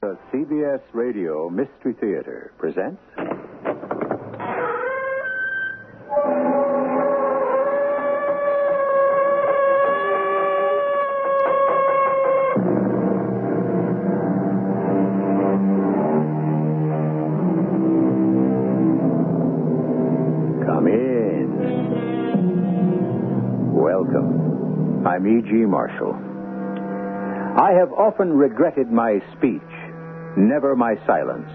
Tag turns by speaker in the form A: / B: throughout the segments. A: The CBS Radio Mystery Theater presents. Come in. Welcome. I'm E.G. Marshall. I have often regretted my speech, never my silence,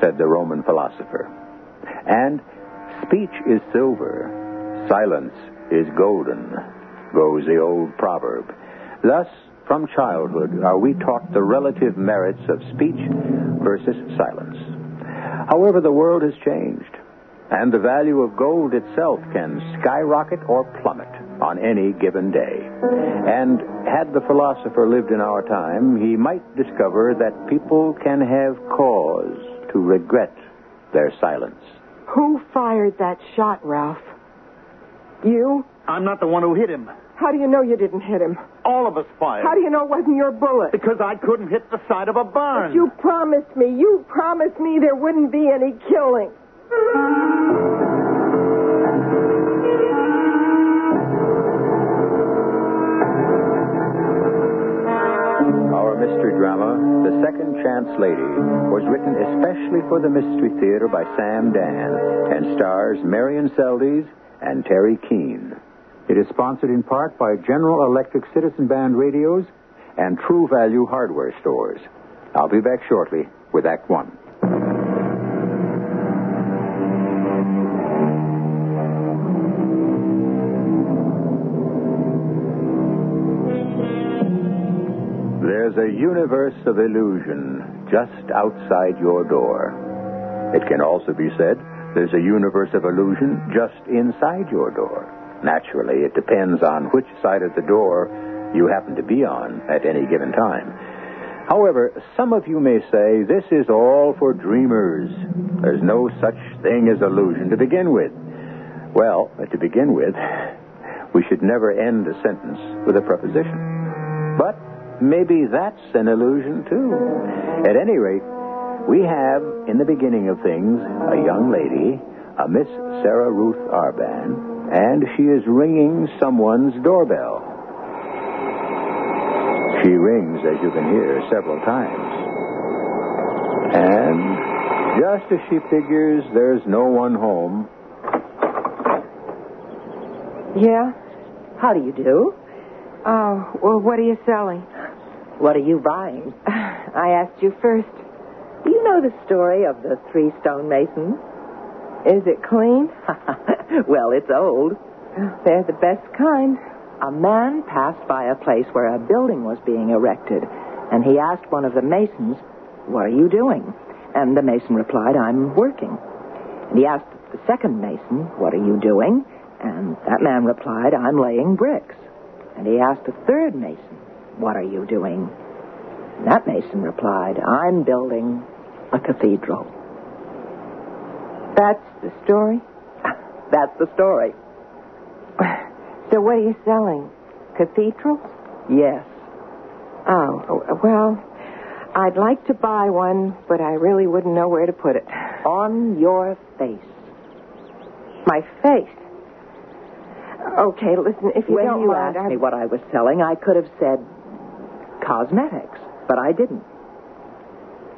A: said the Roman philosopher. And speech is silver, silence is golden, goes the old proverb. Thus, from childhood, are we taught the relative merits of speech versus silence. However, the world has changed, and the value of gold itself can skyrocket or plummet on any given day. And had the philosopher lived in our time, he might discover that people can have cause to regret their silence.
B: Who fired that shot, Ralph? You?
C: I'm not the one who hit him.
B: How do you know you didn't hit him?
C: All of us fired.
B: How do you know it wasn't your bullet?
C: Because I couldn't hit the side of a barn.
B: You promised me. You promised me there wouldn't be any killing.
A: Our mystery drama, The Second Chance Lady, was written especially for the Mystery Theater by Sam Dan and stars Marion Seldes and Terry Keane. It is sponsored in part by General Electric Citizen Band Radios and True Value Hardware Stores. I'll be back shortly with Act One. There's a universe of illusion just outside your door. It can also be said there's a universe of illusion just inside your door. Naturally, it depends on which side of the door you happen to be on at any given time. However, some of you may say this is all for dreamers. There's no such thing as illusion to begin with. Well, to begin with, we should never end a sentence with a preposition. But maybe that's an illusion, too. At any rate, we have, in the beginning of things, a young lady, a Miss Sarah Ruth Arban, and she is ringing someone's doorbell. She rings, as you can hear, several times. And just as she figures there's no one home,
B: Yeah?
D: How do you do?
B: Oh, well, what are you selling?
D: What are you buying?
B: I asked you first.
D: Do you know the story of the three stonemasons?
B: Is it clean?
D: well, it's old.
B: They're the best kind.
D: A man passed by a place where a building was being erected, and he asked one of the masons, What are you doing? And the mason replied, I'm working. And he asked the second mason, What are you doing? And that man replied, I'm laying bricks. And he asked the third mason, What are you doing? And that mason replied, I'm building a cathedral.
B: That's the story.
D: That's the story.
B: So what are you selling? Cathedrals?
D: Yes.
B: Oh, well, I'd like to buy one, but I really wouldn't know where to put it.
D: On your face.
B: My face. Okay, listen, if you
D: when
B: don't
D: you
B: mind,
D: asked
B: I-
D: me what I was selling, I could have said cosmetics, but I didn't.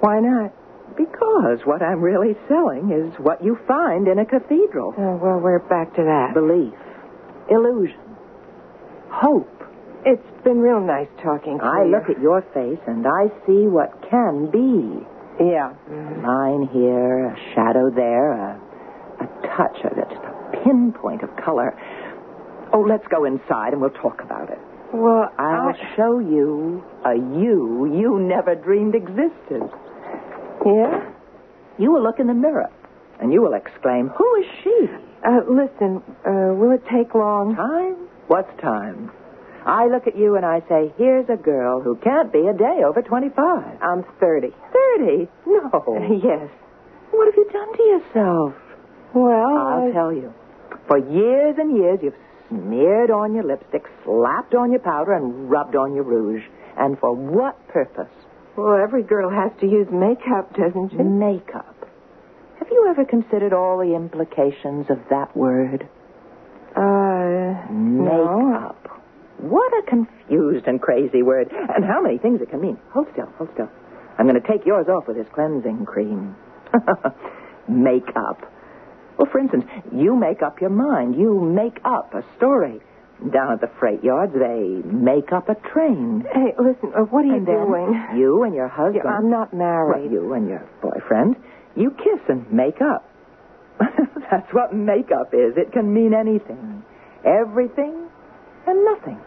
B: why not?
D: Because what I'm really selling is what you find in a cathedral
B: Oh, well, we're back to that.
D: belief, illusion, hope.
B: It's been real nice talking to
D: I
B: you.
D: look at your face and I see what can be.
B: Yeah.
D: Line here, a shadow there, a, a touch of it, a pinpoint of color. Oh, let's go inside and we'll talk about it.
B: Well,
D: I'll
B: I...
D: show you a you you never dreamed existed.
B: Yeah?
D: You will look in the mirror and you will exclaim, Who is she?
B: Uh, listen, uh, will it take long?
D: Time? What's time? I look at you and I say, Here's a girl who can't be a day over 25.
B: I'm 30.
D: 30? No.
B: yes.
D: what have you done to yourself?
B: Well,
D: I'll
B: I-
D: tell you. For years and years, you've smeared on your lipstick, slapped on your powder, and rubbed on your rouge. And for what purpose?
B: Well, every girl has to use makeup, doesn't
D: Mm.
B: she?
D: Hmm? Makeup. Have you ever considered all the implications of that word?
B: Uh, no.
D: Makeup. What a confused and crazy word. And how many things it can mean. Hold still, hold still. I'm going to take yours off with this cleansing cream. makeup. Well, for instance, you make up your mind. You make up a story. Down at the freight yards, they make up a train.
B: Hey, listen, uh, what are you
D: and then
B: doing?
D: you and your husband.
B: Yeah, I'm not
D: Well,
B: married.
D: you and your boyfriend, you kiss and make up. That's what makeup is. It can mean anything, everything, and nothing.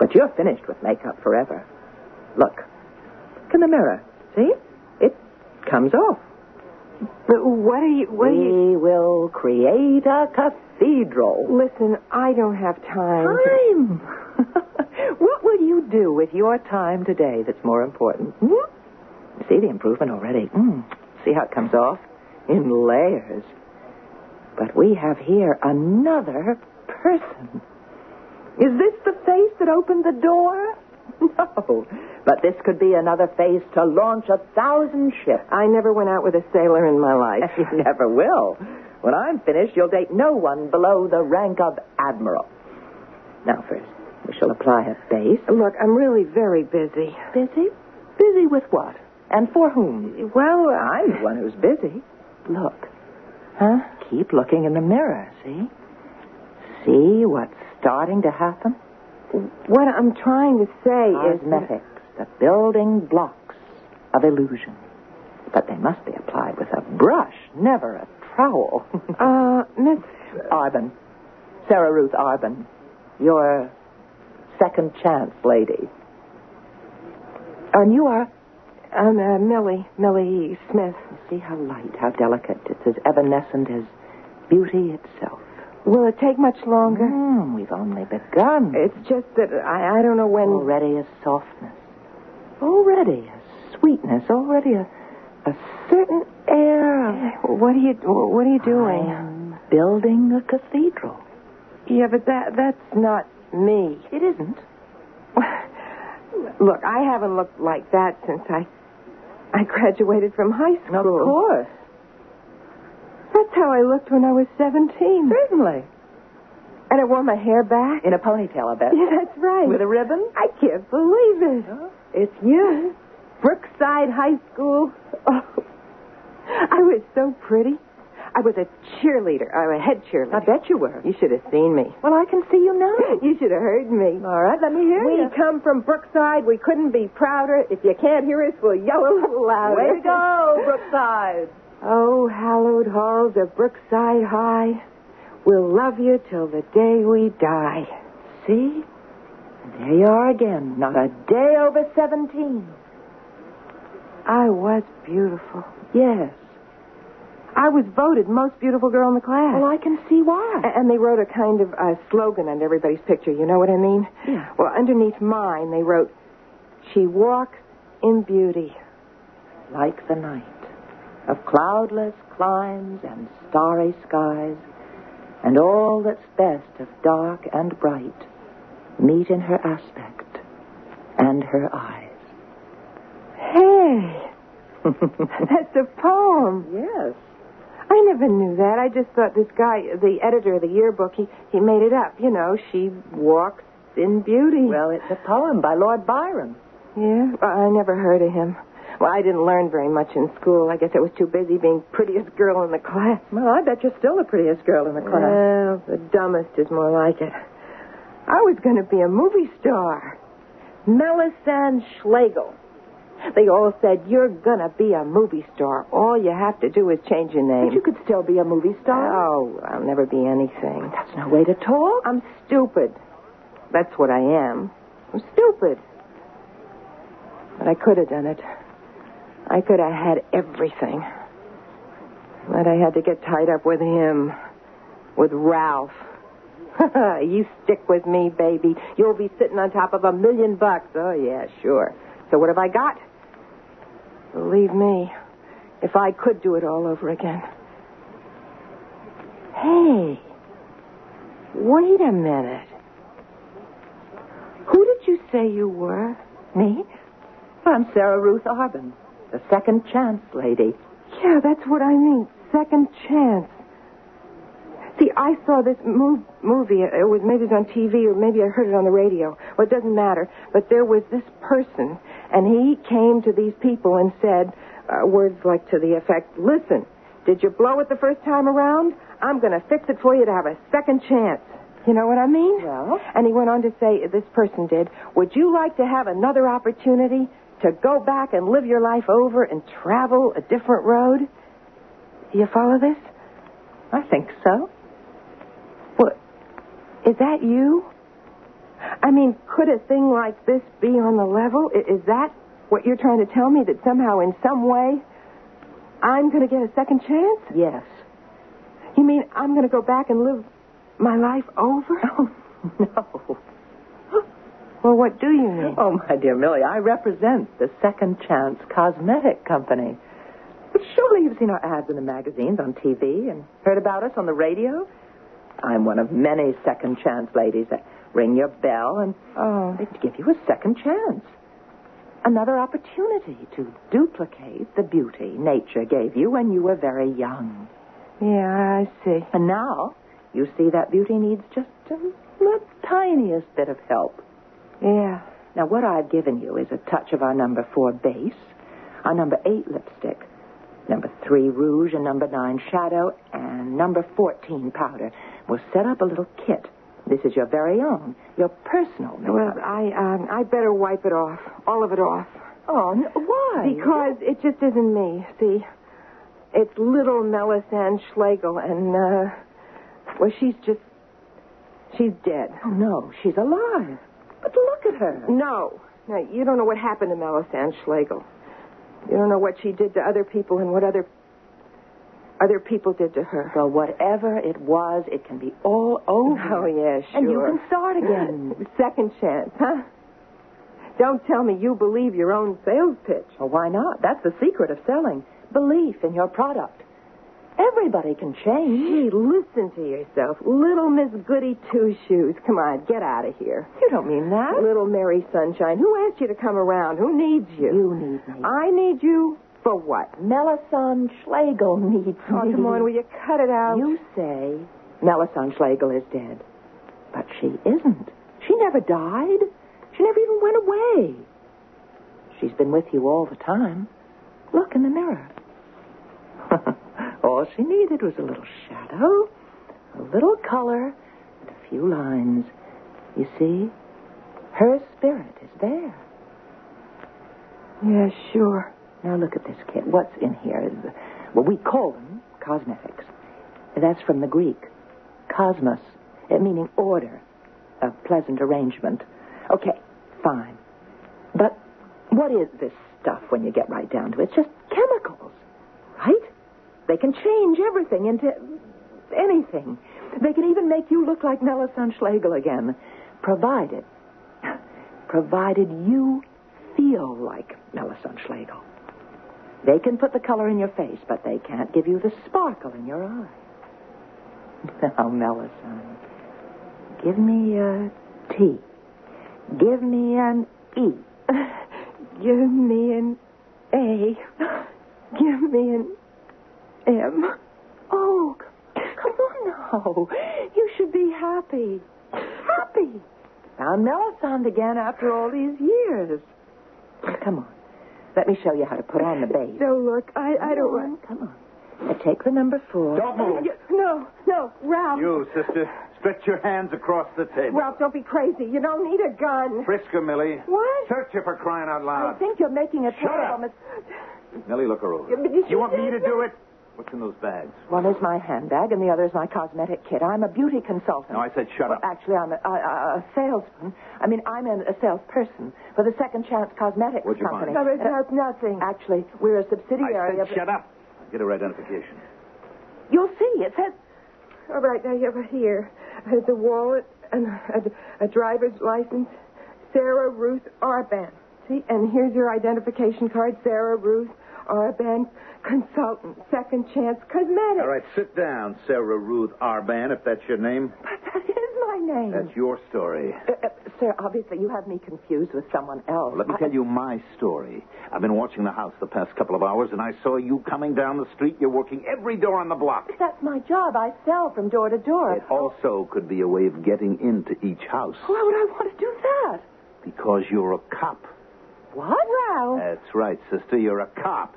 D: But you're finished with makeup forever. Look, look in the mirror. See? It comes off.
B: But what are you? What are
D: we
B: you?
D: will create a cathedral.
B: Listen, I don't have time. to-
D: Time. what will you do with your time today that's more important? Hmm? You See the improvement already. Mm. See how it comes off? In layers. But we have here another person. Is this the face that opened the door? No. But this could be another face to launch a thousand ships.
B: I never went out with a sailor in my life.
D: You never will. When I'm finished, you'll date no one below the rank of admiral. Now, first, we shall apply a base.
B: Look, I'm really very busy.
D: Busy? Busy with what? And for whom?
B: Well,
D: I'm the one who's busy. Look.
B: Huh?
D: Keep looking in the mirror, see? See what's starting to happen?
B: What I'm trying to say is.
D: Cosmetics, the building blocks of illusion. But they must be applied with a brush, never a trowel.
B: Uh, Miss.
D: Arbin. Sarah Ruth Arbin. Your second chance lady. And you are.
B: Um, uh, Millie. Millie Smith.
D: You see how light, how delicate. It's as evanescent as beauty itself.
B: Will it take much longer?
D: Mm, we've only begun.
B: It's just that I, I don't know when.
D: already a softness, already a sweetness, already a, a certain air of
B: What are you? What are you doing?
D: I'm building a cathedral.
B: Yeah, but that that's not me.
D: It isn't.
B: Look, I haven't looked like that since I I graduated from high school.
D: course.
B: That's how I looked when I was 17.
D: Certainly.
B: And I wore my hair back.
D: In a ponytail, I bet.
B: Yeah, that's right.
D: With a ribbon?
B: I can't believe it. It's you. Brookside High School. Oh. I was so pretty. I was a cheerleader. I was a head cheerleader.
D: I bet you were.
B: You should have seen me.
D: Well, I can see you now.
B: You should have heard me.
D: All right, let me hear
B: we
D: you.
B: come from Brookside. We couldn't be prouder. If you can't hear us, we'll yell a little louder.
D: Way to go, Brookside.
B: Oh, hallowed halls of Brookside High, we'll love you till the day we die.
D: See? And there you are again. Not a day over 17.
B: I was beautiful.
D: Yes.
B: I was voted most beautiful girl in the class.
D: Well, I can see why.
B: A- And they wrote a kind of uh, slogan under everybody's picture. You know what I mean?
D: Yeah.
B: Well, underneath mine, they wrote, "She walks in beauty."
D: like the night of cloudless climes and starry skies, and all that's best of dark and bright meet in her aspect and her eyes.
B: Hey, that's a poem.
D: yes.
B: I never knew that. I just thought this guy, the editor of the yearbook, he he made it up. You know, she walks in beauty.
D: Well, it's a poem by Lord Byron.
B: Yeah, well, I never heard of him. Well, I didn't learn very much in school. I guess I was too busy being prettiest girl in the class.
D: Well, I bet you're still the prettiest girl in the
B: Well, the dumbest is more like it. I was going to be a movie star. Melisande Schlegel. They all said, You're going to be a movie star. All you have to do is change your name.
D: But you could still be a movie star.
B: Oh, I'll never be anything.
D: That's no way to talk.
B: I'm stupid. That's what I am. I'm stupid. But I could have done it. I could have had everything. But I had to get tied up with him, with Ralph. you stick with me, baby. You'll be sitting on top of a million bucks. Oh, yeah, sure. So what have I got? Believe me, if I could do it all over again. Hey. Wait a minute. Who did you say you were? Me?
D: I'm Sarah Ruth Arbin, the second chance lady.
B: Yeah, that's what I mean. Second chance. See, I saw this mov- movie. It was maybe it was on TV or maybe I heard it on the radio. Well, it doesn't matter. But there was this person, and he came to these people and said uh, words like to the effect, "Listen, did you blow it the first time around? I'm going to fix it for you to have a second chance." You know what I mean?
D: Well?
B: And he went on to say, this person did, would you like to have another opportunity to go back and live your life over and travel a different road? Do you follow this?
D: I think so.
B: What? Is that you? I mean, could a thing like this be on the level? I- Is that what you're trying to tell me? That somehow, in some way, I'm going to get a second chance?
D: Yes.
B: You mean I'm going to go back and live my life over?
D: Oh, no.
B: Well, what do you mean?
D: Oh, my dear Millie, I represent the Second Chance Cosmetic Company. But surely you've seen our ads in the magazines, on TV, and heard about us on the radio. I'm one of many Second Chance ladies that ring your bell and
B: Oh.
D: they give you a second chance. Another opportunity to duplicate the beauty nature gave you when you were very young.
B: Yeah, I see.
D: And now you see that beauty needs just a, the tiniest bit of help.
B: Yeah.
D: Now, what I've given you is a touch of our number four base, our number eight lipstick, number three rouge, and number nine shadow, and number 14 powder. We'll set up a little kit. This is your very own, your personal
B: Well,
D: makeup.
B: I um, I better wipe it off, all of it off,
D: oh, no, why?
B: because it just isn't me. See, it's little Melisande Schlegel, and uh, well, she's just she's dead.
D: Oh, no, she's alive. But look at her.
B: No, no, you don't know what happened to Melisande Schlegel. You don't know what she did to other people and what other other people did to her.
D: Well, whatever it was, it can be all over.
B: Oh yeah, sure.
D: And you can start again.
B: Second chance, huh? Don't tell me you believe your own sales pitch.
D: Well, why not? That's the secret of selling belief in your product. Everybody can change.
B: Gee, listen to yourself. Little Miss Goody Two Shoes. Come on, get out of here.
D: You don't mean that.
B: Little Mary Sunshine. Who asked you to come around? Who needs you?
D: You need me.
B: I need you for what?
D: Melisande Schlegel needs
B: Oh,
D: me.
B: come on, will you cut it out?
D: You say Melisande Schlegel is dead. But she isn't. She never died. She never even went away. She's been with you all the time. Look in the mirror. all she needed was a little shadow, a little color, and a few lines. You see, her spirit is there.
B: Yeah, sure.
D: Now look at this kit. What's in here is, well, we call them cosmetics. That's from the Greek, cosmos, it meaning order, a pleasant arrangement. Okay, fine. But what is this stuff when you get right down to it? It's just chemicals, right? They can change everything into anything. They can even make you look like Melisande Schlegel again, provided, provided you feel like Melisande Schlegel. They can put the color in your face, but they can't give you the sparkle in your eye. Now, Melisande, give me a T. Give me an E.
B: Give me an A. Give me an M.
D: Oh, c- come on now. You should be happy. Happy. Found Melisande again after all these years. Come on. Let me show you how to put on the base.
B: No, look, I, I don't want.
D: Come on. Now take the number 4
C: Don't move.
B: No, no, Ralph.
C: You, sister, stretch your hands across the table.
B: Ralph, don't be crazy. You don't need a gun.
C: Frisk her, Millie.
B: What?
C: Search her for crying out
D: I
C: loud.
D: think you're making a terrible
C: up.
D: mistake.
C: Millie, look her over.
B: Yeah, but did
C: you
B: you
C: want me
B: say
C: to do it? What's in those bags?
D: One is my handbag, and the other is my cosmetic kit. I'm a beauty consultant.
C: No, I said shut
D: Well,
C: up.
D: actually, I'm a, a, a- a salesman. I mean, I'm an, a salesperson for the Second Chance Cosmetics
C: What'd you
D: Company.
C: find?
B: There is not nothing.
D: Actually, we're a
C: I
D: subsidiary
C: said
D: of.
C: shut up. Get her identification.
D: You'll see. It says
B: All right, now you have here uh, the wallet and a, a driver's license, Sarah Ruth Arban. See, and here's your identification card, Sarah Ruth Arban, consultant, second chance cosmetics.
C: All right, sit down, Sarah Ruth Arban, if that's your name.
B: But that is my my name.
C: That's your story.
D: Uh, uh, sir, obviously you have me confused with someone else.
C: Let me
D: I-
C: tell you my story. I've been watching the house the past couple of hours, and I saw you coming down the street. You're working every door on the block.
B: That's my job. I sell from door to door.
C: It also could be a way of getting into each house
B: Why would I want to do that?
C: because you're a cop.
B: What? Uh, Well,
C: That's right, sister. You're a cop.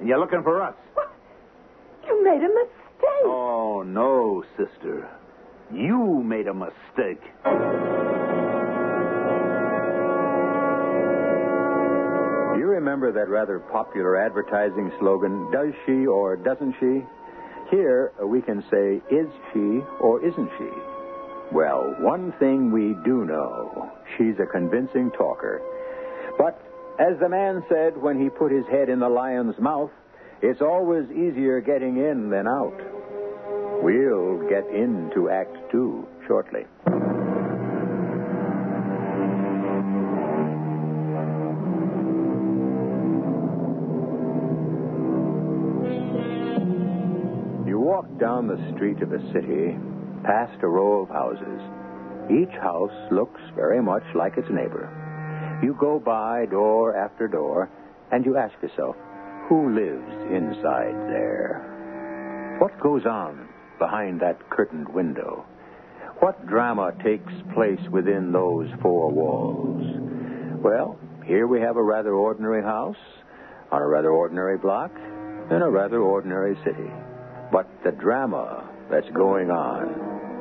C: And you're looking for us.
B: you made a mistake.
C: Oh, no, sister. You made a mistake.
A: You remember that rather popular advertising slogan, does she or doesn't she? Here, uh, we can say, is she or isn't she? Well, one thing we do know she's a convincing talker. But as the man said when he put his head in the lion's mouth, it's always easier getting in than out. We'll get into Act Two shortly. You walk down the street of the city, past a row of houses. Each house looks very much like its neighbor. You go by door after door, and you ask yourself, who lives inside there? What goes on behind that curtained window? What drama takes place within those four walls? Well, here we have a rather ordinary house on a rather ordinary block in a rather ordinary city. But the drama that's going on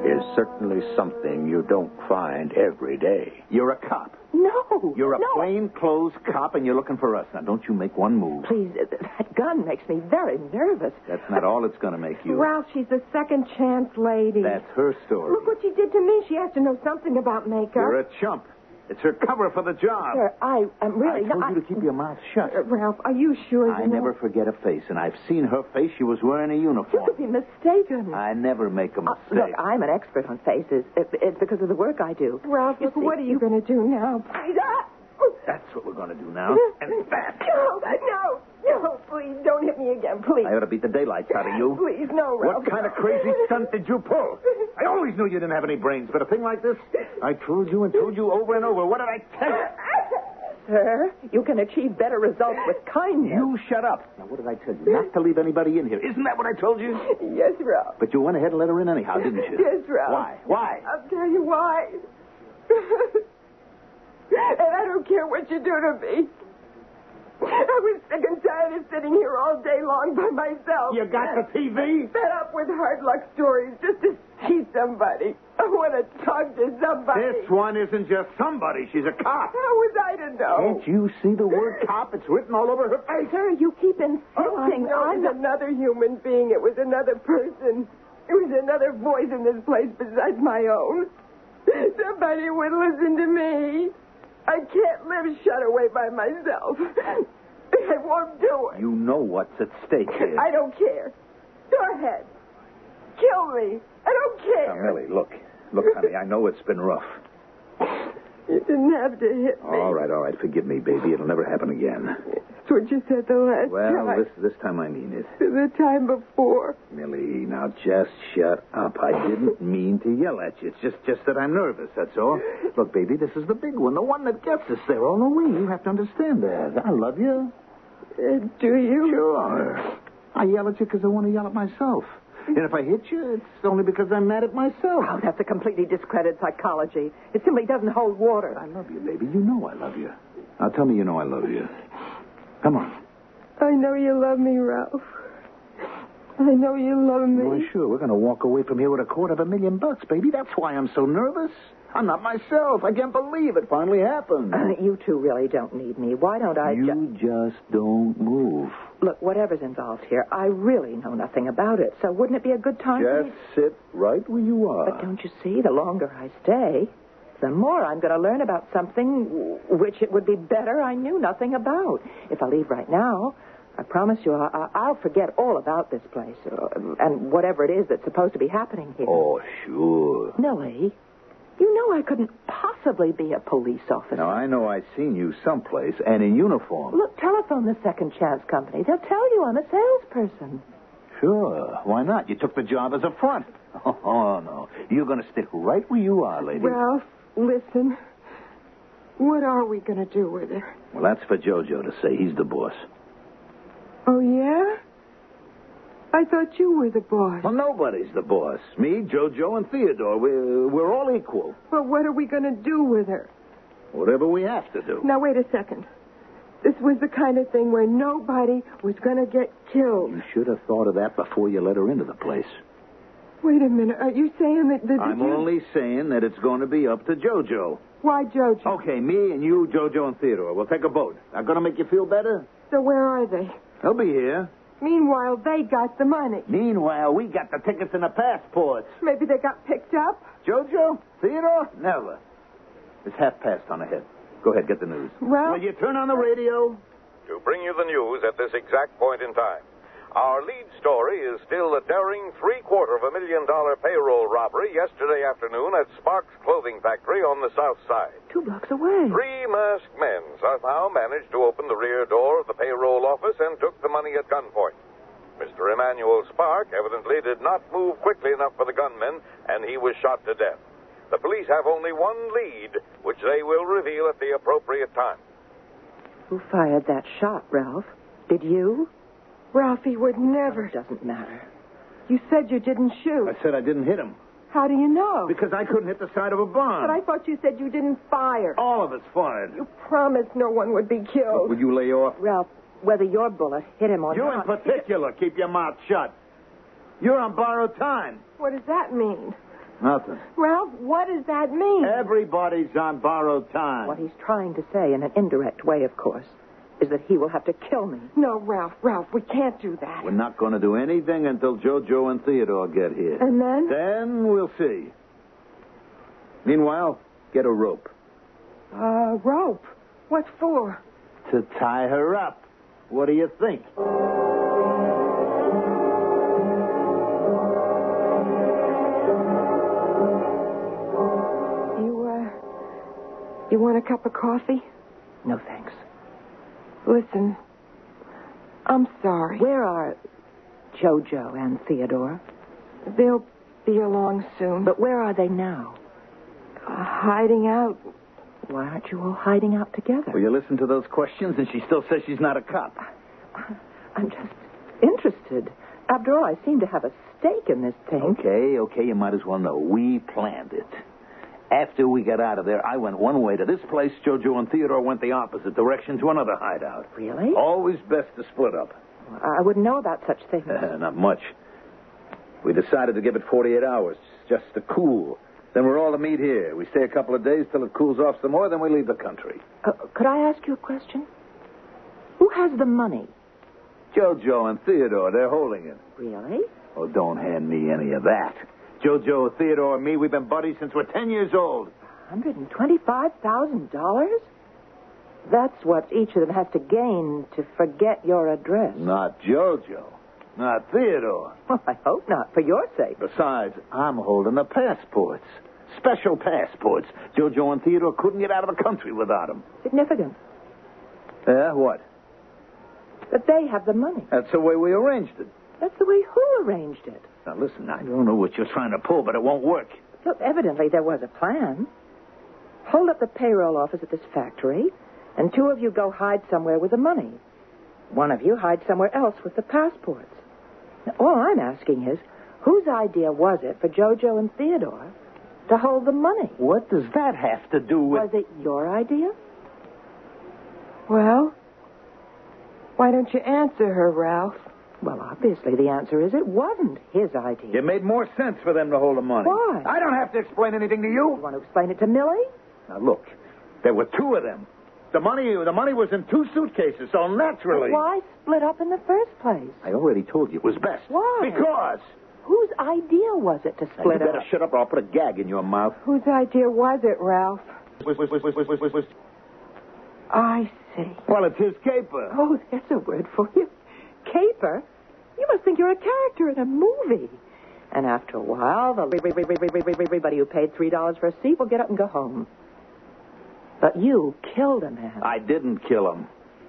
A: is certainly something you don't find every day.
C: You're a cop.
D: No.
C: You're a
D: no.
C: plainclothes cop, and you're looking for us. Now, don't you make one move.
D: Please, uh, that gun makes me very nervous.
C: That's not all it's going to make you.
B: Ralph, she's the second chance lady.
C: That's her story.
B: Look what she did to me. She has to know something about makeup.
C: You're a chump. It's her cover for the job.
D: Sir, I am
C: I
D: really
C: told
D: not.
C: you to keep your mouth shut.
B: Uh, Ralph, are you sure?
C: I
B: you know?
C: never forget a face, and I've seen her face. She was wearing a
D: You could
C: uniform.
D: be mistaken.
C: I never make a
D: Uh,
C: mistake.
D: look, I'm an expert on faces. It, it's because of the work I do.
B: Ralph,
D: You
B: look,
D: see-
B: what are you going to do now? Please. Ah!
C: That's what we're going to do now. And that.
B: No, no, no, please don't hit me again, please.
C: I ought to beat the daylights out of you.
B: Please, no, Ralph.
C: What kind of crazy stunt did you pull? I always knew you didn't have any brains, but a thing like this, I told you and told you over and over. What did I tell you?
D: Sir, you can achieve better results with kindness.
C: You shut up. Now, what did I tell you? Not to leave anybody in here. Isn't that what I told you?
B: Yes, Ralph.
C: But you went ahead and let her in anyhow, didn't you?
B: Yes, Ralph.
C: Why? Why?
B: I'll tell you why. and I don't care what you do to me. I was sick and tired of sitting here all day long by myself.
C: You got the TV?
B: fed up with hard luck stories just to see somebody. I want to talk to somebody.
C: This one isn't just somebody. She's a cop.
B: How was I to know?
C: Can't you see the word cop? It's written all over her face.
D: Sir, you keep
B: Oh, I
D: insisting
B: know it
D: I'm
B: was another human being. It was another person. It was another voice in this place besides my own. Somebody would listen to me. I can't live shut away by myself. I won't do it.
C: You know what's at stake here.
B: I don't care. Go ahead. Kill me. I don't
C: Now,
B: care.
C: Millie, look. Look, honey, I know it's been rough.
B: You didn't have to hit me.
C: All right, all right. Forgive me, baby. It'll never happen again.
B: That's what you said the last
C: Well,
B: time.
C: this, this time I mean it.
B: The time before.
C: Millie, now just shut up. I didn't mean to yell at you. It's just, just that I'm nervous, that's all. Look, baby, this is the big one, the one that gets us there all the way. You have to understand that. I love you.
B: Uh, do you?
C: Sure. I yell at you because I want to yell at myself. And if I hit you, it's only because I'm mad at myself.
D: Oh, that's a completely discredited psychology. It simply doesn't hold water.
C: I love you, baby. You know I love you. Now tell me you know I love you. Come on.
B: I know you love me, Ralph. I know you love
C: Why,
B: me.
C: sure. We're going to walk away from here with a quarter of a million bucks, baby. That's why I'm so nervous. I'm not myself. I can't believe it finally happened.
D: Uh, you two really don't need me. Why don't I ju-
C: you just don't move.
D: Look, whatever's involved here, I really know nothing about it. So wouldn't it be a good time for me?
C: Just sit right where you
D: But
C: are.
D: don't you see, the longer I stay, the more I'm going to learn about something w- which it would be better I knew nothing about. If I leave right now, I promise you I- I- I'll forget all about this place uh, and whatever it is that's supposed to be happening here.
C: Oh, sure.
D: Millie, you know I couldn't possibly be a police officer.
C: Now, I know I've seen you someplace and in uniform.
D: Look, telephone the Second Chance Company. They'll tell you I'm a salesperson.
C: Sure. Why not? You took the job as a front. Oh, no. You're going to stick right where you are, lady.
B: Ralph, listen. What are we going to do with her?
C: Well, that's for JoJo to say. He's the boss.
B: Oh, yeah? I thought you were the boss.
C: Well, nobody's the boss. Me, JoJo, and Theodore. We're, we're all equal.
B: Well, what are we going to do with her?
C: Whatever we have to do.
B: Now, wait a second. This was the kind of thing where nobody was going to get killed.
C: You should have thought of that before you let her into the place.
B: Wait a minute. Are you saying that... that
C: I'm
B: that you-
C: only saying that it's going to be up to JoJo.
B: Why, Jojo?
C: Okay, me and you, JoJo, and Theodore. We'll take a boat. I'm going to make you feel better?
B: So where are they?
C: He'll be here.
B: Meanwhile, they got the money.
C: Meanwhile, we got the tickets and the passports.
B: Maybe they got picked up.
C: JoJo? Theodore? Never. It's half past on ahead. Go ahead, get the news.
B: Well-
C: Will you turn on the radio?
E: to bring you the news at this exact point in time. Our lead story is still the daring three quarter of a million dollar payroll robbery yesterday afternoon at Sparks Clothing Factory on the south side.
B: Two blocks away.
E: Three masked men somehow managed to open the rear door of the payroll office and took the money at gunpoint. Mr. Emmanuel Spark evidently did not move quickly enough for the gunmen, and he was shot to death. The police have only one lead, which they will reveal at the appropriate time.
D: Who fired that shot, Ralph? Did you?
B: Ralphie would never.
D: It doesn't matter.
B: You said you didn't shoot.
C: I said I didn't hit him
B: How do you know?
C: because I couldn't hit the side of a barn.
B: But I thought you said you didn't fire.
C: All of us fired.
B: You promised no one would be killed.
C: Would you lay off?
D: Ralph, whether your bullet hit him or
C: You in
D: not.
C: particular, keep your mouth shut. You're on borrowed time.
B: What does that mean?
C: Nothing.
B: Ralph, what does that mean?
C: Uh, Everybody's on borrowed time.
D: What he's trying to say, in an indirect way, of course, is that he will have to kill me.
B: No, Ralph, Ralph, we can't do that.
C: We're not going to do anything until JoJo and Theodore get here.
B: And then?
C: Then we'll see. Meanwhile, get a rope
B: Uh, rope. What for?
C: to tie her up. What do you think?
B: You, uh, you want a cup of coffee?
D: No thanks.
B: Listen, I'm sorry.
D: Where are Jojo and Theodore?
B: They'll be along soon.
D: But where are they now?
B: uh, hiding out.
D: Why aren't you all hiding out together?
C: Will you listen to those questions? And she still says she's not a cop.
D: I'm just interested. After all, I seem to have a stake in this thing.
C: Okay, okay, you might as well know. We planned it. After we got out of there, I went one way to this place. JoJo and Theodore went the opposite direction to another hideout.
D: Really?
C: Always best to split up.
D: I wouldn't know about such things.
B: Uh-huh.
C: Not much. We decided to give it 48 hours just to cool. Then we're all to meet here. We stay a couple of days till it cools off some more, then we leave the country.
D: Uh, could I ask you a question? Who has the money?
C: JoJo and Theodore, they're holding it.
D: Really?
C: Oh, don't hand me any of that. JoJo, Theodore, and me, we've been buddies since we're 10 years old.
D: $125,000? That's what each of them has to gain to forget your address.
C: Not JoJo. Not Theodore.
D: Well, I hope not, for your sake.
C: Besides, I'm holding the passports. Special passports. JoJo and Theodore couldn't get out of the country without them.
D: Significant.
C: Yeah, what?
D: But they have the money.
C: That's the way we arranged it.
D: That's the way who arranged it.
C: Now, listen, I don't know what you're trying to pull, but it won't work.
D: So evidently there was a plan. Hold up the payroll office at this factory, and two of you go hide somewhere with the money. One of you hide somewhere else with the passports. Now, all I'm asking is, whose idea was it for Jojo and Theodore to hold the money?
C: What does that have to do with.
D: Was it your idea?
B: Well, why don't you answer her, Ralph?
D: Well, obviously the answer is it wasn't his idea.
C: It made more sense for them to hold the money.
D: Why?
C: I don't have to explain anything to you.
D: You want to explain it to Millie?
C: Now, look, there were two of them. The money, the money was in two suitcases, so naturally.
D: Why split up in the first place?
C: I already told you it was best.
D: Why?
C: Because.
D: Whose idea was it to
C: Now,
D: split
C: you better
D: up?
C: shut up or I'll put a gag in your mouth.
B: Whose idea was it, Ralph?
C: Was- was- was- was- was- was- was-
B: I see.
C: Well, it's his caper.
D: Oh, there's a word for you. Caper? You must think you're a character in a movie. And after a while, the everybody who paid three dollars for a seat will get up and go home. But you killed a man.
C: I didn't kill him.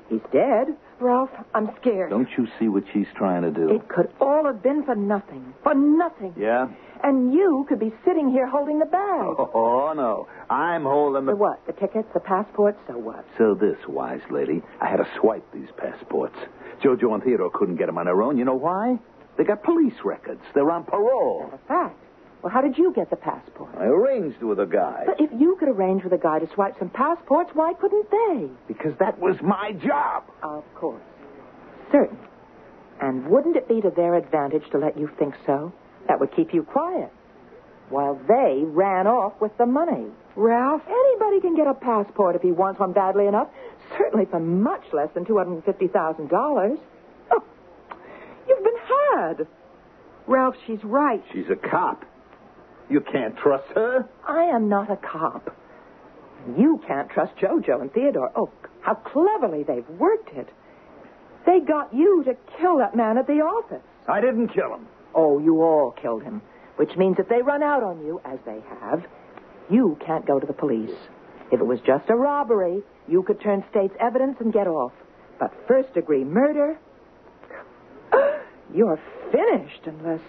F: He's dead.
D: Ralph, I'm scared.
C: Don't you see what she's trying to do?
D: It could all have been for nothing. For nothing.
C: Yeah?
D: And you could be sitting here holding the bag.
C: Oh, no. I'm holding
D: The
C: the.
D: what? The tickets, the passports, so what?
C: So this, wise lady, I had to swipe these passports. Jojo and Theodore couldn't get them on their own. You know why? They got police records. They're on parole.
D: A fact. Well, how did you get the passport?
C: I arranged with a guy.
D: But if you could arrange with a guy to swipe some passports, why couldn't they?
C: Because that was my job.
D: Of course. Certain. And wouldn't it be to their advantage to let you think so? That would keep you quiet. While they ran off with the money. Ralph? Anybody can get a passport if he wants one badly enough. Certainly for much less than $250,000. Oh, you've been had. Ralph, she's right.
C: She's a cop. You can't trust her.
D: I am not a cop. You can't trust Jojo and Theodore. Oh, how cleverly they've worked it. They got you to kill that man at the office.
C: I didn't kill him.
D: Oh, you all killed him. Which means if they run out on you, as they have, you can't go to the police. If it was just a robbery, you could turn state's evidence and get off. But first degree murder, you're finished unless.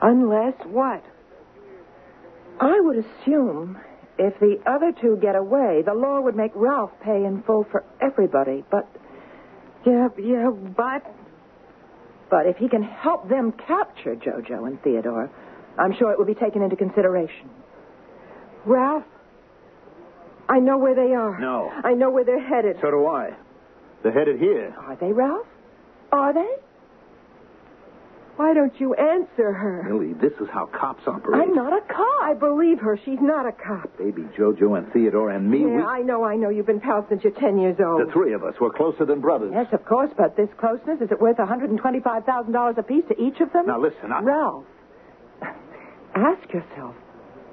D: Unless what? I would assume if the other two get away, the law would make Ralph pay in full for everybody. But. Yeah, yeah, but. But if he can help them capture Jojo and Theodore, I'm sure it will be taken into consideration. Ralph, I know where they are.
C: No.
D: I know where they're headed.
C: So do I. They're headed here.
D: Are they, Ralph? Are they? Why don't you answer her?
C: Millie, this is how cops operate.
D: I'm not a cop. I believe her. She's not a cop.
C: Baby Jojo and Theodore and me,
D: yeah,
C: we,
D: I know, I know. You've been pals since you're 10 years old.
C: the three of us, were closer than brothers.
D: Yes, of course, but this closeness, is it worth $125,000 apiece to each of them?
C: Now listen, I-
D: Ralph, ask yourself,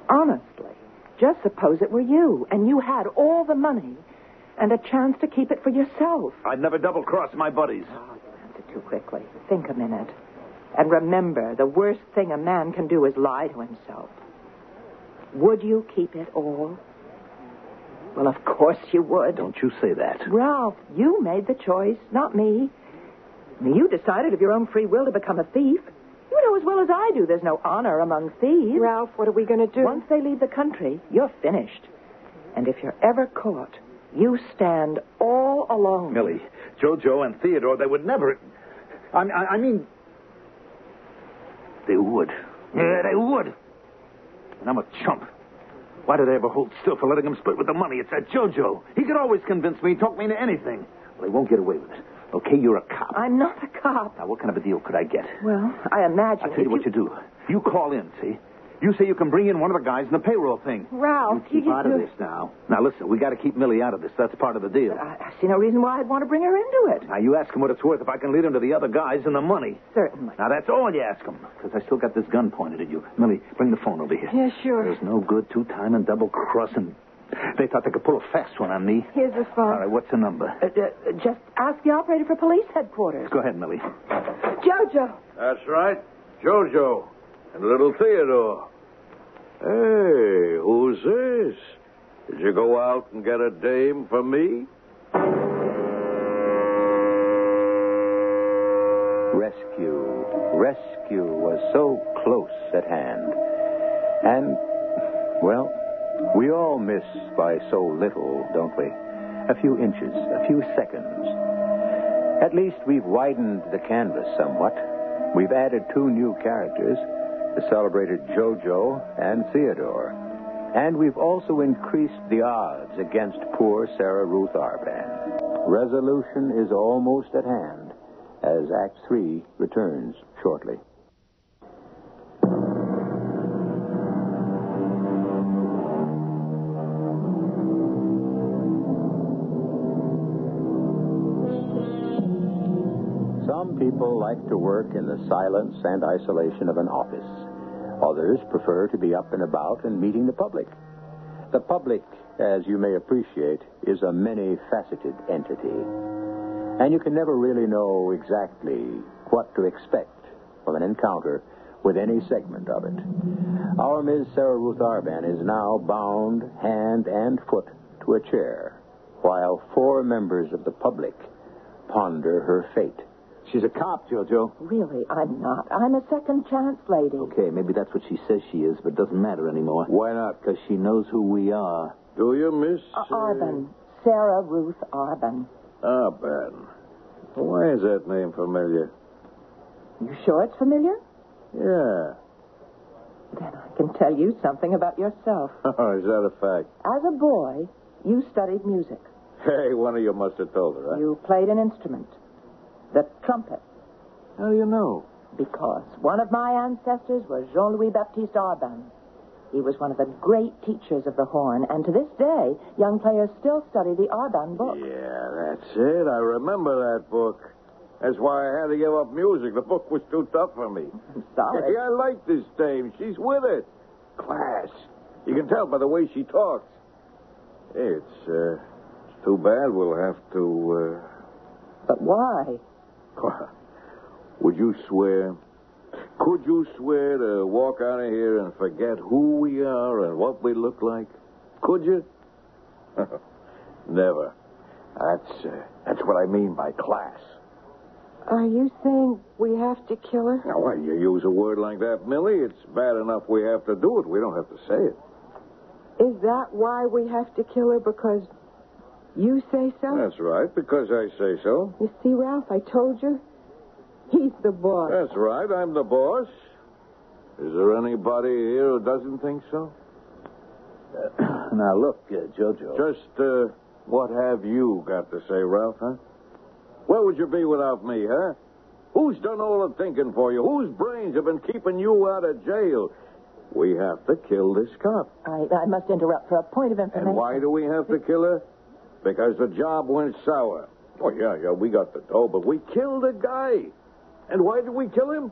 D: honestly, just suppose it were you, and you had all the money and a chance to keep it for yourself.
C: I'd never double cross my buddies.
D: Oh, you answered too quickly. Think a minute. And remember, the worst thing a man can do is lie to himself. Would you keep it all? Well, of course you would.
C: Don't you say that.
D: Ralph, you made the choice, not me. You decided of your own free will to become a thief. You know as well as I do there's no honor among thieves. Ralph, what are we going to do? Once they leave the country, you're finished. And if you're ever caught, you stand all alone.
C: Millie, Jojo and Theodore, they would never. I, I, I mean, they would. Yeah, they would. And I'm a chump. Why did I ever hold still for letting him split with the money? It's that Jojo. He could always convince me, talk me into anything. Well, he won't get away with it. Okay, you're a cop.
D: I'm not a cop.
C: Now, what kind of a deal could I get?
D: Well, I imagine.
C: I'll tell you what you do. You call in, see? You say you can bring in one of the guys in the payroll thing.
D: Ralph,
C: Keep
D: you
C: out of this now. Now, listen, we got to keep Millie out of this. That's part of the deal.
D: I, I see no reason why I'd want to bring her into it.
C: Now, you ask him what it's worth if I can lead him to the other guys and the money.
D: Certainly.
C: Now, that's all you ask him, because I still got this gun pointed at you. Millie, bring the phone over here.
D: Yeah, sure.
C: There's no good two-timing, double-crossing. They thought they could pull a fast one on me.
D: Here's the phone.
C: All right, what's the number?
D: Uh, uh, just ask the operator for police headquarters.
C: Go ahead, Millie.
D: Jojo.
G: That's right. Jojo and little Theodore. Hey, who's this? Did you go out and get a dame for me?
A: Rescue, rescue was so close at hand. And, well, we all miss by so little, don't we? A few inches, a few seconds. At least we've widened the canvas somewhat. We've added two new characters, the celebrated Jojo and Theodore. And we've also increased the odds against poor Sarah Ruth Arban. Resolution is almost at hand as Act 3 returns shortly. Some people like to work in the silence and isolation of an office. Others prefer to be up and about and meeting the public. The public, as you may appreciate, is a many faceted entity. And you can never really know exactly what to expect from an encounter with any segment of it. Our Ms. Sarah Ruth Arban is now bound hand and foot to a chair while four members of the public ponder her fate.
C: She's a cop, Jojo.
D: Really, I'm not. I'm a second chance lady.
C: Okay, maybe that's what she says she is, but it doesn't matter anymore.
A: Why not?
C: Because she knows who we are.
E: Do you, Miss?
D: Uh, Arben. Sarah Ruth Arben.
E: Ah, Ben. Why is that name familiar?
D: You sure it's familiar?
E: Yeah.
D: Then I can tell you something about yourself.
E: Oh, is that a fact?
D: As a boy, you studied music.
E: Hey, one of you must have told her, huh?
D: You played an instrument, the trumpet,
E: How do you know?
D: because one of my ancestors was Jean Louis Baptiste Arban. He was one of the great teachers of the horn, and to this day, young players still study the Arban book.
E: Yeah, that's it. I remember that book. That's why I had to give up music. The book was too tough for me.
D: I'm sorry.
E: Hey, I like this dame. She's with it. Class. You can tell by the way she talks. Hey, it's, uh, it's too bad we'll have to,
D: But why?
E: uh... Would you swear? Could you swear to walk out of here and forget who we are and what we look like? Could you? Never. That's, uh, that's what I mean by class.
B: Uh, Are you saying we have to kill her?
E: Now, why you use a word like that, Millie? It's bad enough we have to do it. We don't have to say it.
B: Is that why we have to kill her? Because you say so?
D: Uh.
E: That's right, because I say so.
B: You see, Ralph, I told you. He's the boss.
D: Uh.
E: That's right, I'm the boss. Is there anybody here who doesn't think so?
C: now, look, uh, Jojo.
E: Just, uh, what have you got to say, Ralph, huh? Where would you be without me, huh? Who's done all the thinking for you? Whose brains have been keeping you out of jail? We have to kill this cop.
D: I, I must interrupt for a point of information.
E: And why do we have to kill her? Because the job went sour. Oh, yeah, yeah, we got the dough, but we killed a guy. And why did we kill him?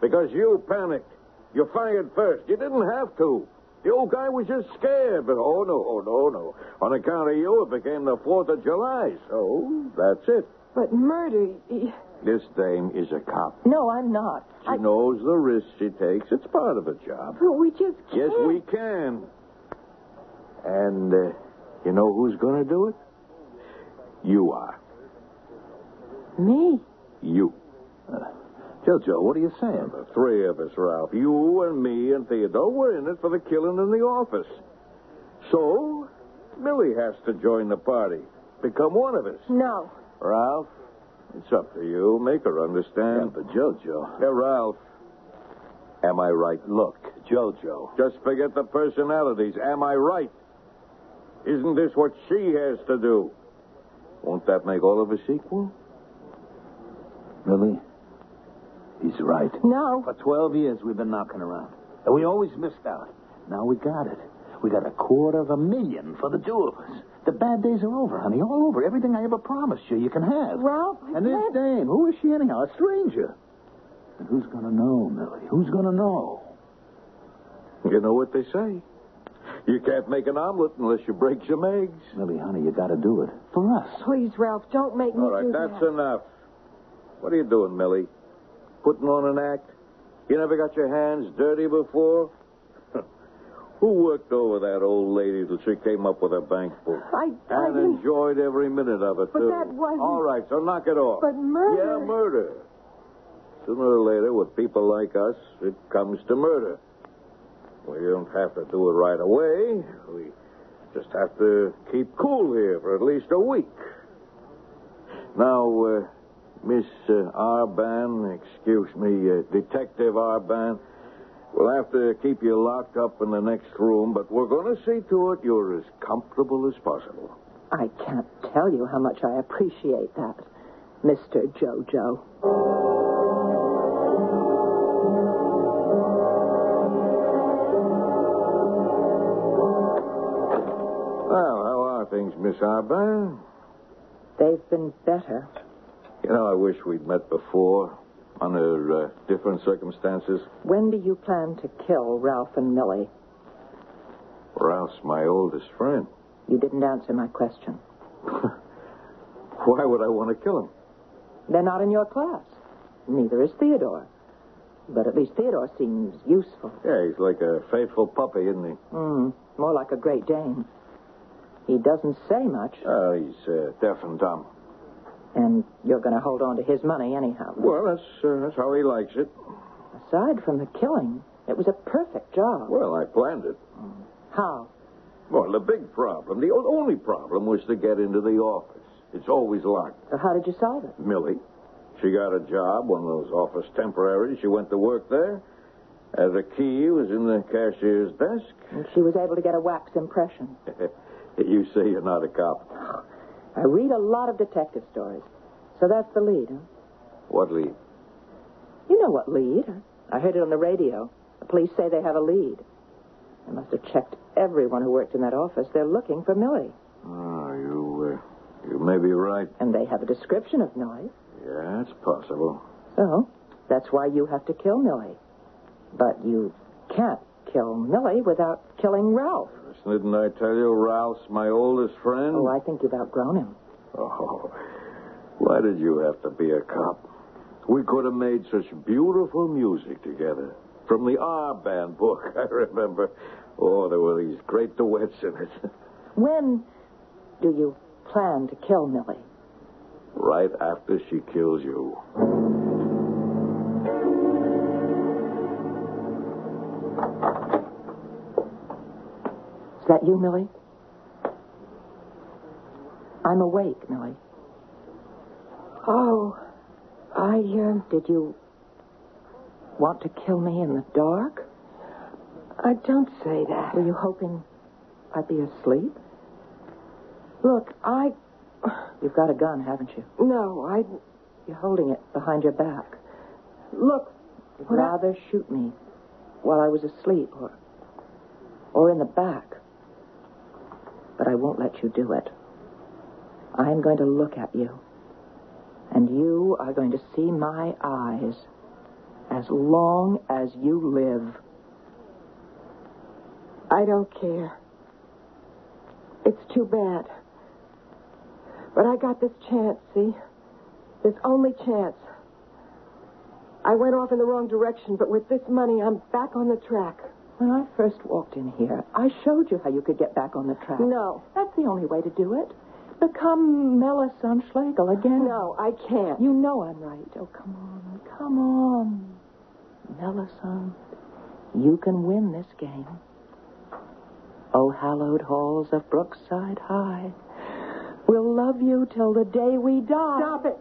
E: Because you panicked. You fired first. You didn't have to. The old guy was just scared, but oh, no, oh, no, no. On account of you, it became the 4th of July, so that's it.
B: But murder. y-
E: This dame is a cop.
D: No, I'm not.
E: She knows the risks she takes. It's part of a job.
B: But we just can't.
E: Yes, we can. And uh, you know who's going to do it? You are.
B: Me?
E: You.
C: Jojo, what are you saying?
E: The three of us, Ralph. You and me and Theodore were in it for the killing in the office. So, Millie has to join the party, become one of us.
B: No.
E: Ralph? It's up to you. Make her understand.
C: but Jojo.
E: Hey, Ralph. Am I right?
C: Look, Jojo.
E: Just forget the personalities. Am I right? Isn't this what she has to do? Won't that make all of us equal?
C: Really? He's right.
B: No.
C: For 12 years, we've been knocking around. And we always missed out. Now we got it. We got a quarter of a million for the two of us. The bad days are over, honey. All over. Everything I ever promised you, you can have.
B: Ralph, I
C: and this
B: can't-
C: dame, who is she anyhow? A stranger. And who's going to know, Millie? Who's going to know?
E: You know what they say. You can't make an omelet unless you break some eggs.
C: Millie, honey, you got to do it. For us.
B: Please, Ralph, don't make me
E: All right,
B: do
E: that's
B: that.
E: enough. What are you doing, Millie? Putting on an act? You never got your hands dirty before? Who worked over that old lady till she came up with a bank book?
B: I, I
E: And
B: didn't.
E: enjoyed every minute of it,
B: But
E: too.
B: that wasn't-
E: All right, so knock it off.
B: But murder.
E: Yeah, murder. Sooner or later, with people like us, it comes to murder. We don't have to do it right away. We just have to keep cool here for at least a week. Now, uh, Miss uh, Arban, excuse me, uh, Detective Arban, we'll have to keep you locked up in the next room, but we're going to see to it you're as comfortable as possible.
D: I can't tell you how much I appreciate that, Mr. Jojo.
E: Well, how are things, Miss Arban?
D: They've been better.
E: You know, I wish we'd met before under uh, different circumstances.
D: When do you plan to kill Ralph and Millie?
E: Ralph's my oldest friend.
D: You didn't answer my question.
E: Why would I want to kill him?
D: They're not in your class. Neither is Theodore. But at least Theodore seems useful. Hmm,
E: Yeah, he's like a faithful puppy, isn't he?
D: Mm, more like a Great Dane. He doesn't say much,
E: Oh, he's uh, deaf and dumb.
D: and you're going to hold on to his money anyhow.
E: Well, that's uh, that's how he likes it.
D: Aside from the killing, it was a perfect job.
E: Well, I planned it.
D: How?
E: Well, the big problem, the o- only problem, was to get into the office. It's always locked.
D: So how did you solve it?
E: Millie, she got a job, one of those office temporaries. She went to work there. Uh, the key was in the cashier's desk.
D: And she was able to get a wax impression.
E: you say you're not a cop.
D: I read a lot of detective stories. So that's the lead, huh?
E: What lead?
D: You know what lead? I heard it on the radio. The police say they have a lead. They must have checked everyone who worked in that office. They're looking for Millie.
E: Oh, you, uh, you may be right.
D: And they have a description of Millie.
E: Yeah, it's possible.
D: So, that's why you have to kill Millie. But you can't kill Millie without killing Ralph.
E: Didn't I tell you Ralph's my oldest friend?
D: Oh, I think you've outgrown him.
E: Oh, why did you have to be a cop? We could have made such beautiful music together. From the R Band book, I remember. Oh, there were these great duets in it.
D: When do you plan to kill Millie?
E: right after she kills you.
D: Is that you, Millie? I'm awake, Millie.
B: Oh, I, uh,
D: um, Did you want to kill me in the dark?
B: I Uh, don't say that.
D: Were you hoping I'd be asleep?
B: Look, I,
D: You've got a gun, haven't you?
B: no, I,
D: You're holding it behind your back.
B: look,
D: You'd
B: Well, I-
D: rather shoot me while I was asleep or, or in the back. But I won't let you do it. I'm going to look at you. And you are going to see my eyes as long as you live.
B: I don't care. It's too bad. But I got this chance, see? This only chance. I went off in the wrong direction, but with this money, I'm back on the track.
D: When I first walked in here, I showed you how you could get back on the track.
B: No,
D: That's the only way to do it. Become Melisande Schlegel again.
B: no, I can't.
D: You know I'm right. Oh, come on. Come on. Melisande, you can win this game. Oh, hallowed halls of Brookside High. We'll love you till the day we die.
B: Stop it.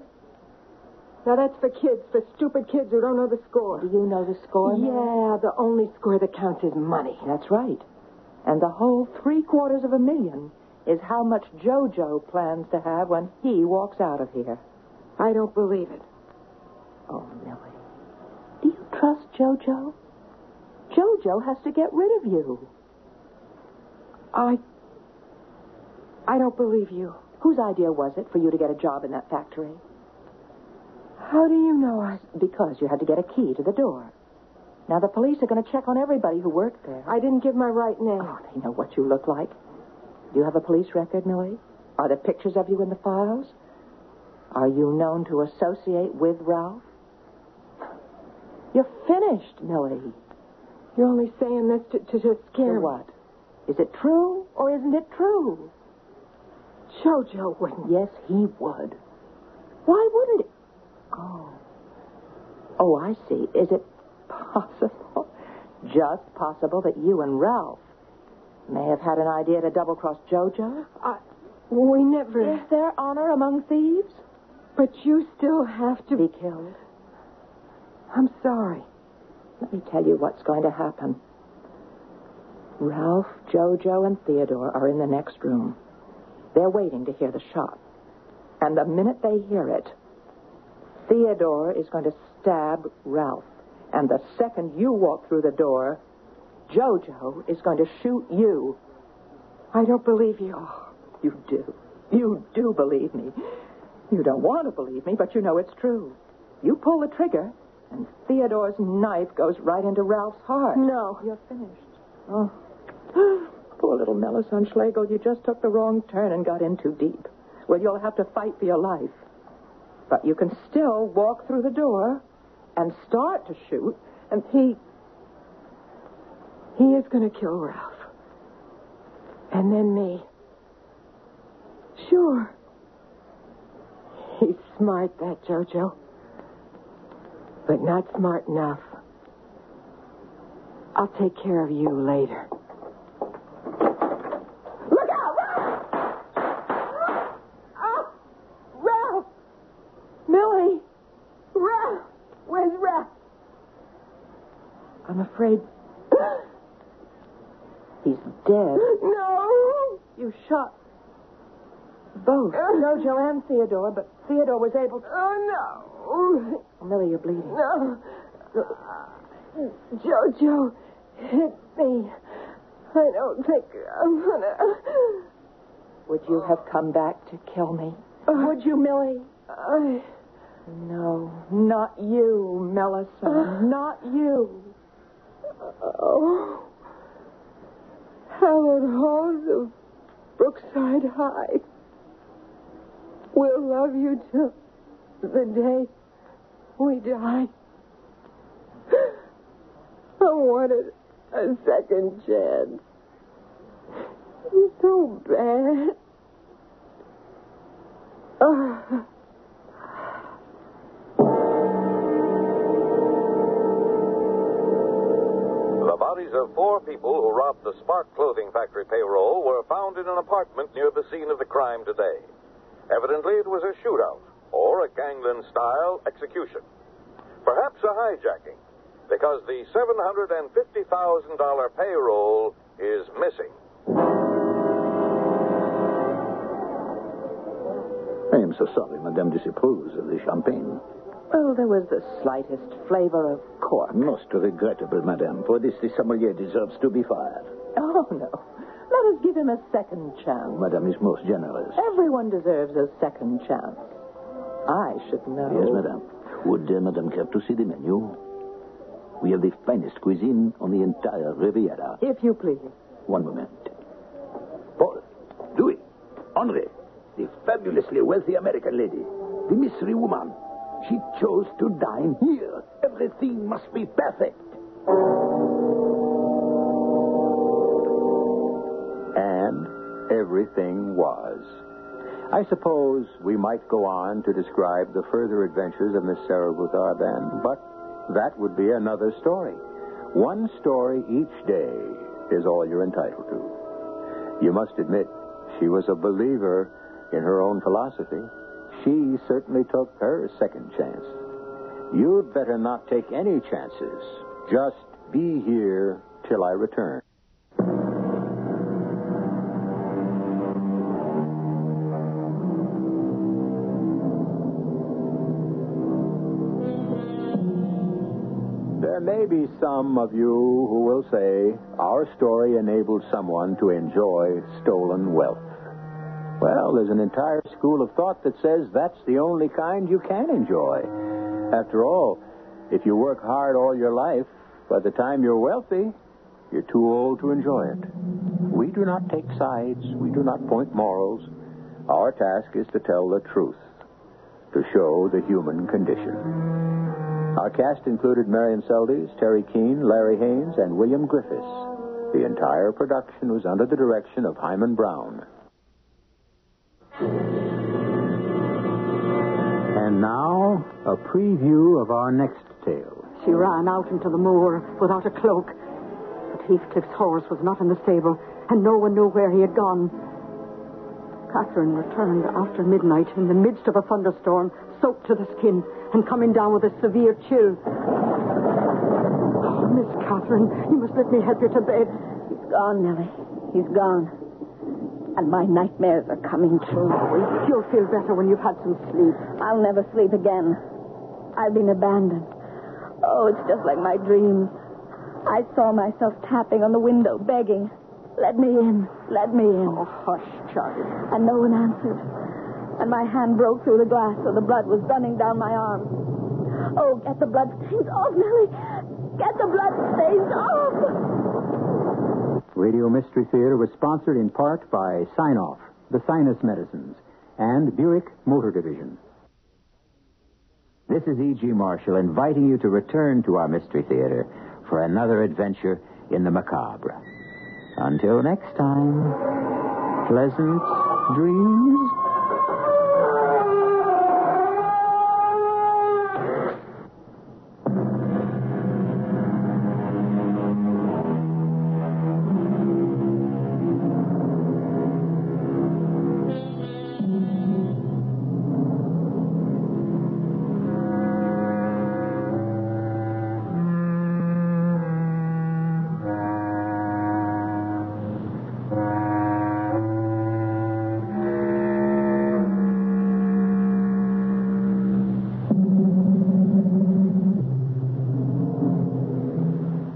B: Now that's for kids, for stupid kids who don't know the score.
D: Do you know the score? Mel?
B: Yeah, the only score that counts is money.
D: That's right. And the whole three quarters of a million is how much JoJo plans to have when he walks out of here.
B: I don't believe it.
D: Oh, Millie. Do you trust JoJo? JoJo has to get rid of you.
B: I. I don't believe you.
D: Whose idea was it for you to get a job in that factory?
B: How do you know I.
D: Because you had to get a key to the door. Now, the police are going to check on everybody who worked there.
B: I didn't give my right name.
D: Oh, they know what you look like. Do you have a police record, Millie? Are there pictures of you in the files? Are you known to associate with Ralph? You're finished, Millie.
B: You're only saying this to, to, to scare
D: You're
B: me.
D: what? Is it true or isn't it true?
B: JoJo wouldn't.
D: Yes, he would. Why wouldn't it? Oh. Oh, I see. Is it possible, just possible, that you and Ralph may have had an idea to double cross JoJo?
B: I, we never.
D: Is there honor among thieves?
B: But you still have to
D: To be killed.
B: I'm sorry.
D: Let me tell you what's going to happen. Ralph, JoJo, and Theodore are in the next room. They're waiting to hear the shot. And the minute they hear it, Theodore is going to stab Ralph. And the second you walk through the door, JoJo is going to shoot you.
B: I don't believe you.
D: You do. You do believe me. You don't want to believe me, but you know it's true. You pull the trigger, and Theodore's knife goes right into Ralph's heart.
B: No.
D: You're finished. Oh. Poor little Melisande Schlegel, you just took the wrong turn and got in too deep. Well, you'll have to fight for your life. But you can still walk through the door and start to shoot, and he.
B: He is going to kill Ralph. And then me. Sure. He's smart, that Jojo. But not smart enough. I'll take care of you later. Look out! Ralph! Oh, Ralph! Millie! Ralph! Where's Ralph? I'm afraid.
D: He's dead.
B: No!
D: You shot both.
B: Jojo and Theodore, but Theodore was able to. Oh, no!
D: Millie, you're bleeding.
B: No. Jojo hit me. I don't think Oh, I'm gonna.
D: Would you have come back to kill me?
B: Would you, Millie? I.
D: No, not you, Millicent. not you.
B: Oh. Hallowed halls of Brookside High. We'll love you till the day we die. I wanted a second chance. So bad. Ah.
E: The bodies of four people who robbed the Spark Clothing Factory payroll were found in an apartment near the scene of the crime today. Evidently, it was a shootout or a gangland style execution. Perhaps a hijacking, because the $750,000 payroll is missing.
A: I am so sorry, Madame Disapproves of the champagne.
D: Well, there was the slightest flavor of cork.
A: Most regrettable, Madame, for this the sommelier deserves to be fired.
D: Oh, no. Let us give him a second chance.
A: Madame is most generous.
D: Everyone deserves a second chance. I should know.
A: Yes,
E: Oh.
A: Madame. Would uh, Madame care to see the menu? We have the finest cuisine on the entire Riviera.
D: If you please.
A: One moment. Paul, Dewey, Henri, the fabulously wealthy American lady, the mystery woman. She chose to dine here. Everything must be perfect. And everything was. I suppose we might go on to describe the further adventures of Miss Sarah Ruth Arban, but that would be another story. One story each day is all you're entitled to. You must admit, she was a believer in her own philosophy. She certainly took her second chance. You'd better not take any chances. Just be here till I return. There may be some of you who will say our story enabled someone to enjoy stolen wealth. Well, there's an entire school of thought that says that's the only kind you can enjoy. After all, if you work hard all your life, by the time you're wealthy, you're too old to enjoy it. We do not take sides, we do not point morals. Our task is to tell the truth, to show the human condition. Our cast included Marion Seldes, Terry Keane, Larry Haynes, and William Griffiths. The entire production was under the direction of Hyman Brown. And now, a preview of our next tale.
H: She ran out into the moor without a cloak. But Heathcliff's horse was not in the stable, and no one knew where he had gone. Catherine returned after midnight in the midst of a thunderstorm, soaked to the skin, and coming down with a severe chill. Oh, Miss Catherine, you must let me help you to bed.
I: He's gone, Nellie. He's gone. And my nightmares are coming true.
H: Oh, You'll feel better when you've had some sleep.
I: I'll never sleep again. I've been abandoned. Oh, it's just like my dreams. I saw myself tapping on the window, begging, Let me in, let me in.
H: Oh, hush, child.
I: And no one answered. And my hand broke through the glass, so the blood was running down my arm. Oh, get the blood stains off, Nellie. Get the blood stains off.
J: Radio Mystery Theater was sponsored in part by Sinoff, the Sinus Medicines, and Buick Motor Division.
K: This is E.G. Marshall inviting you to return to our Mystery Theater for another adventure in the macabre. Until next time, pleasant
J: dreams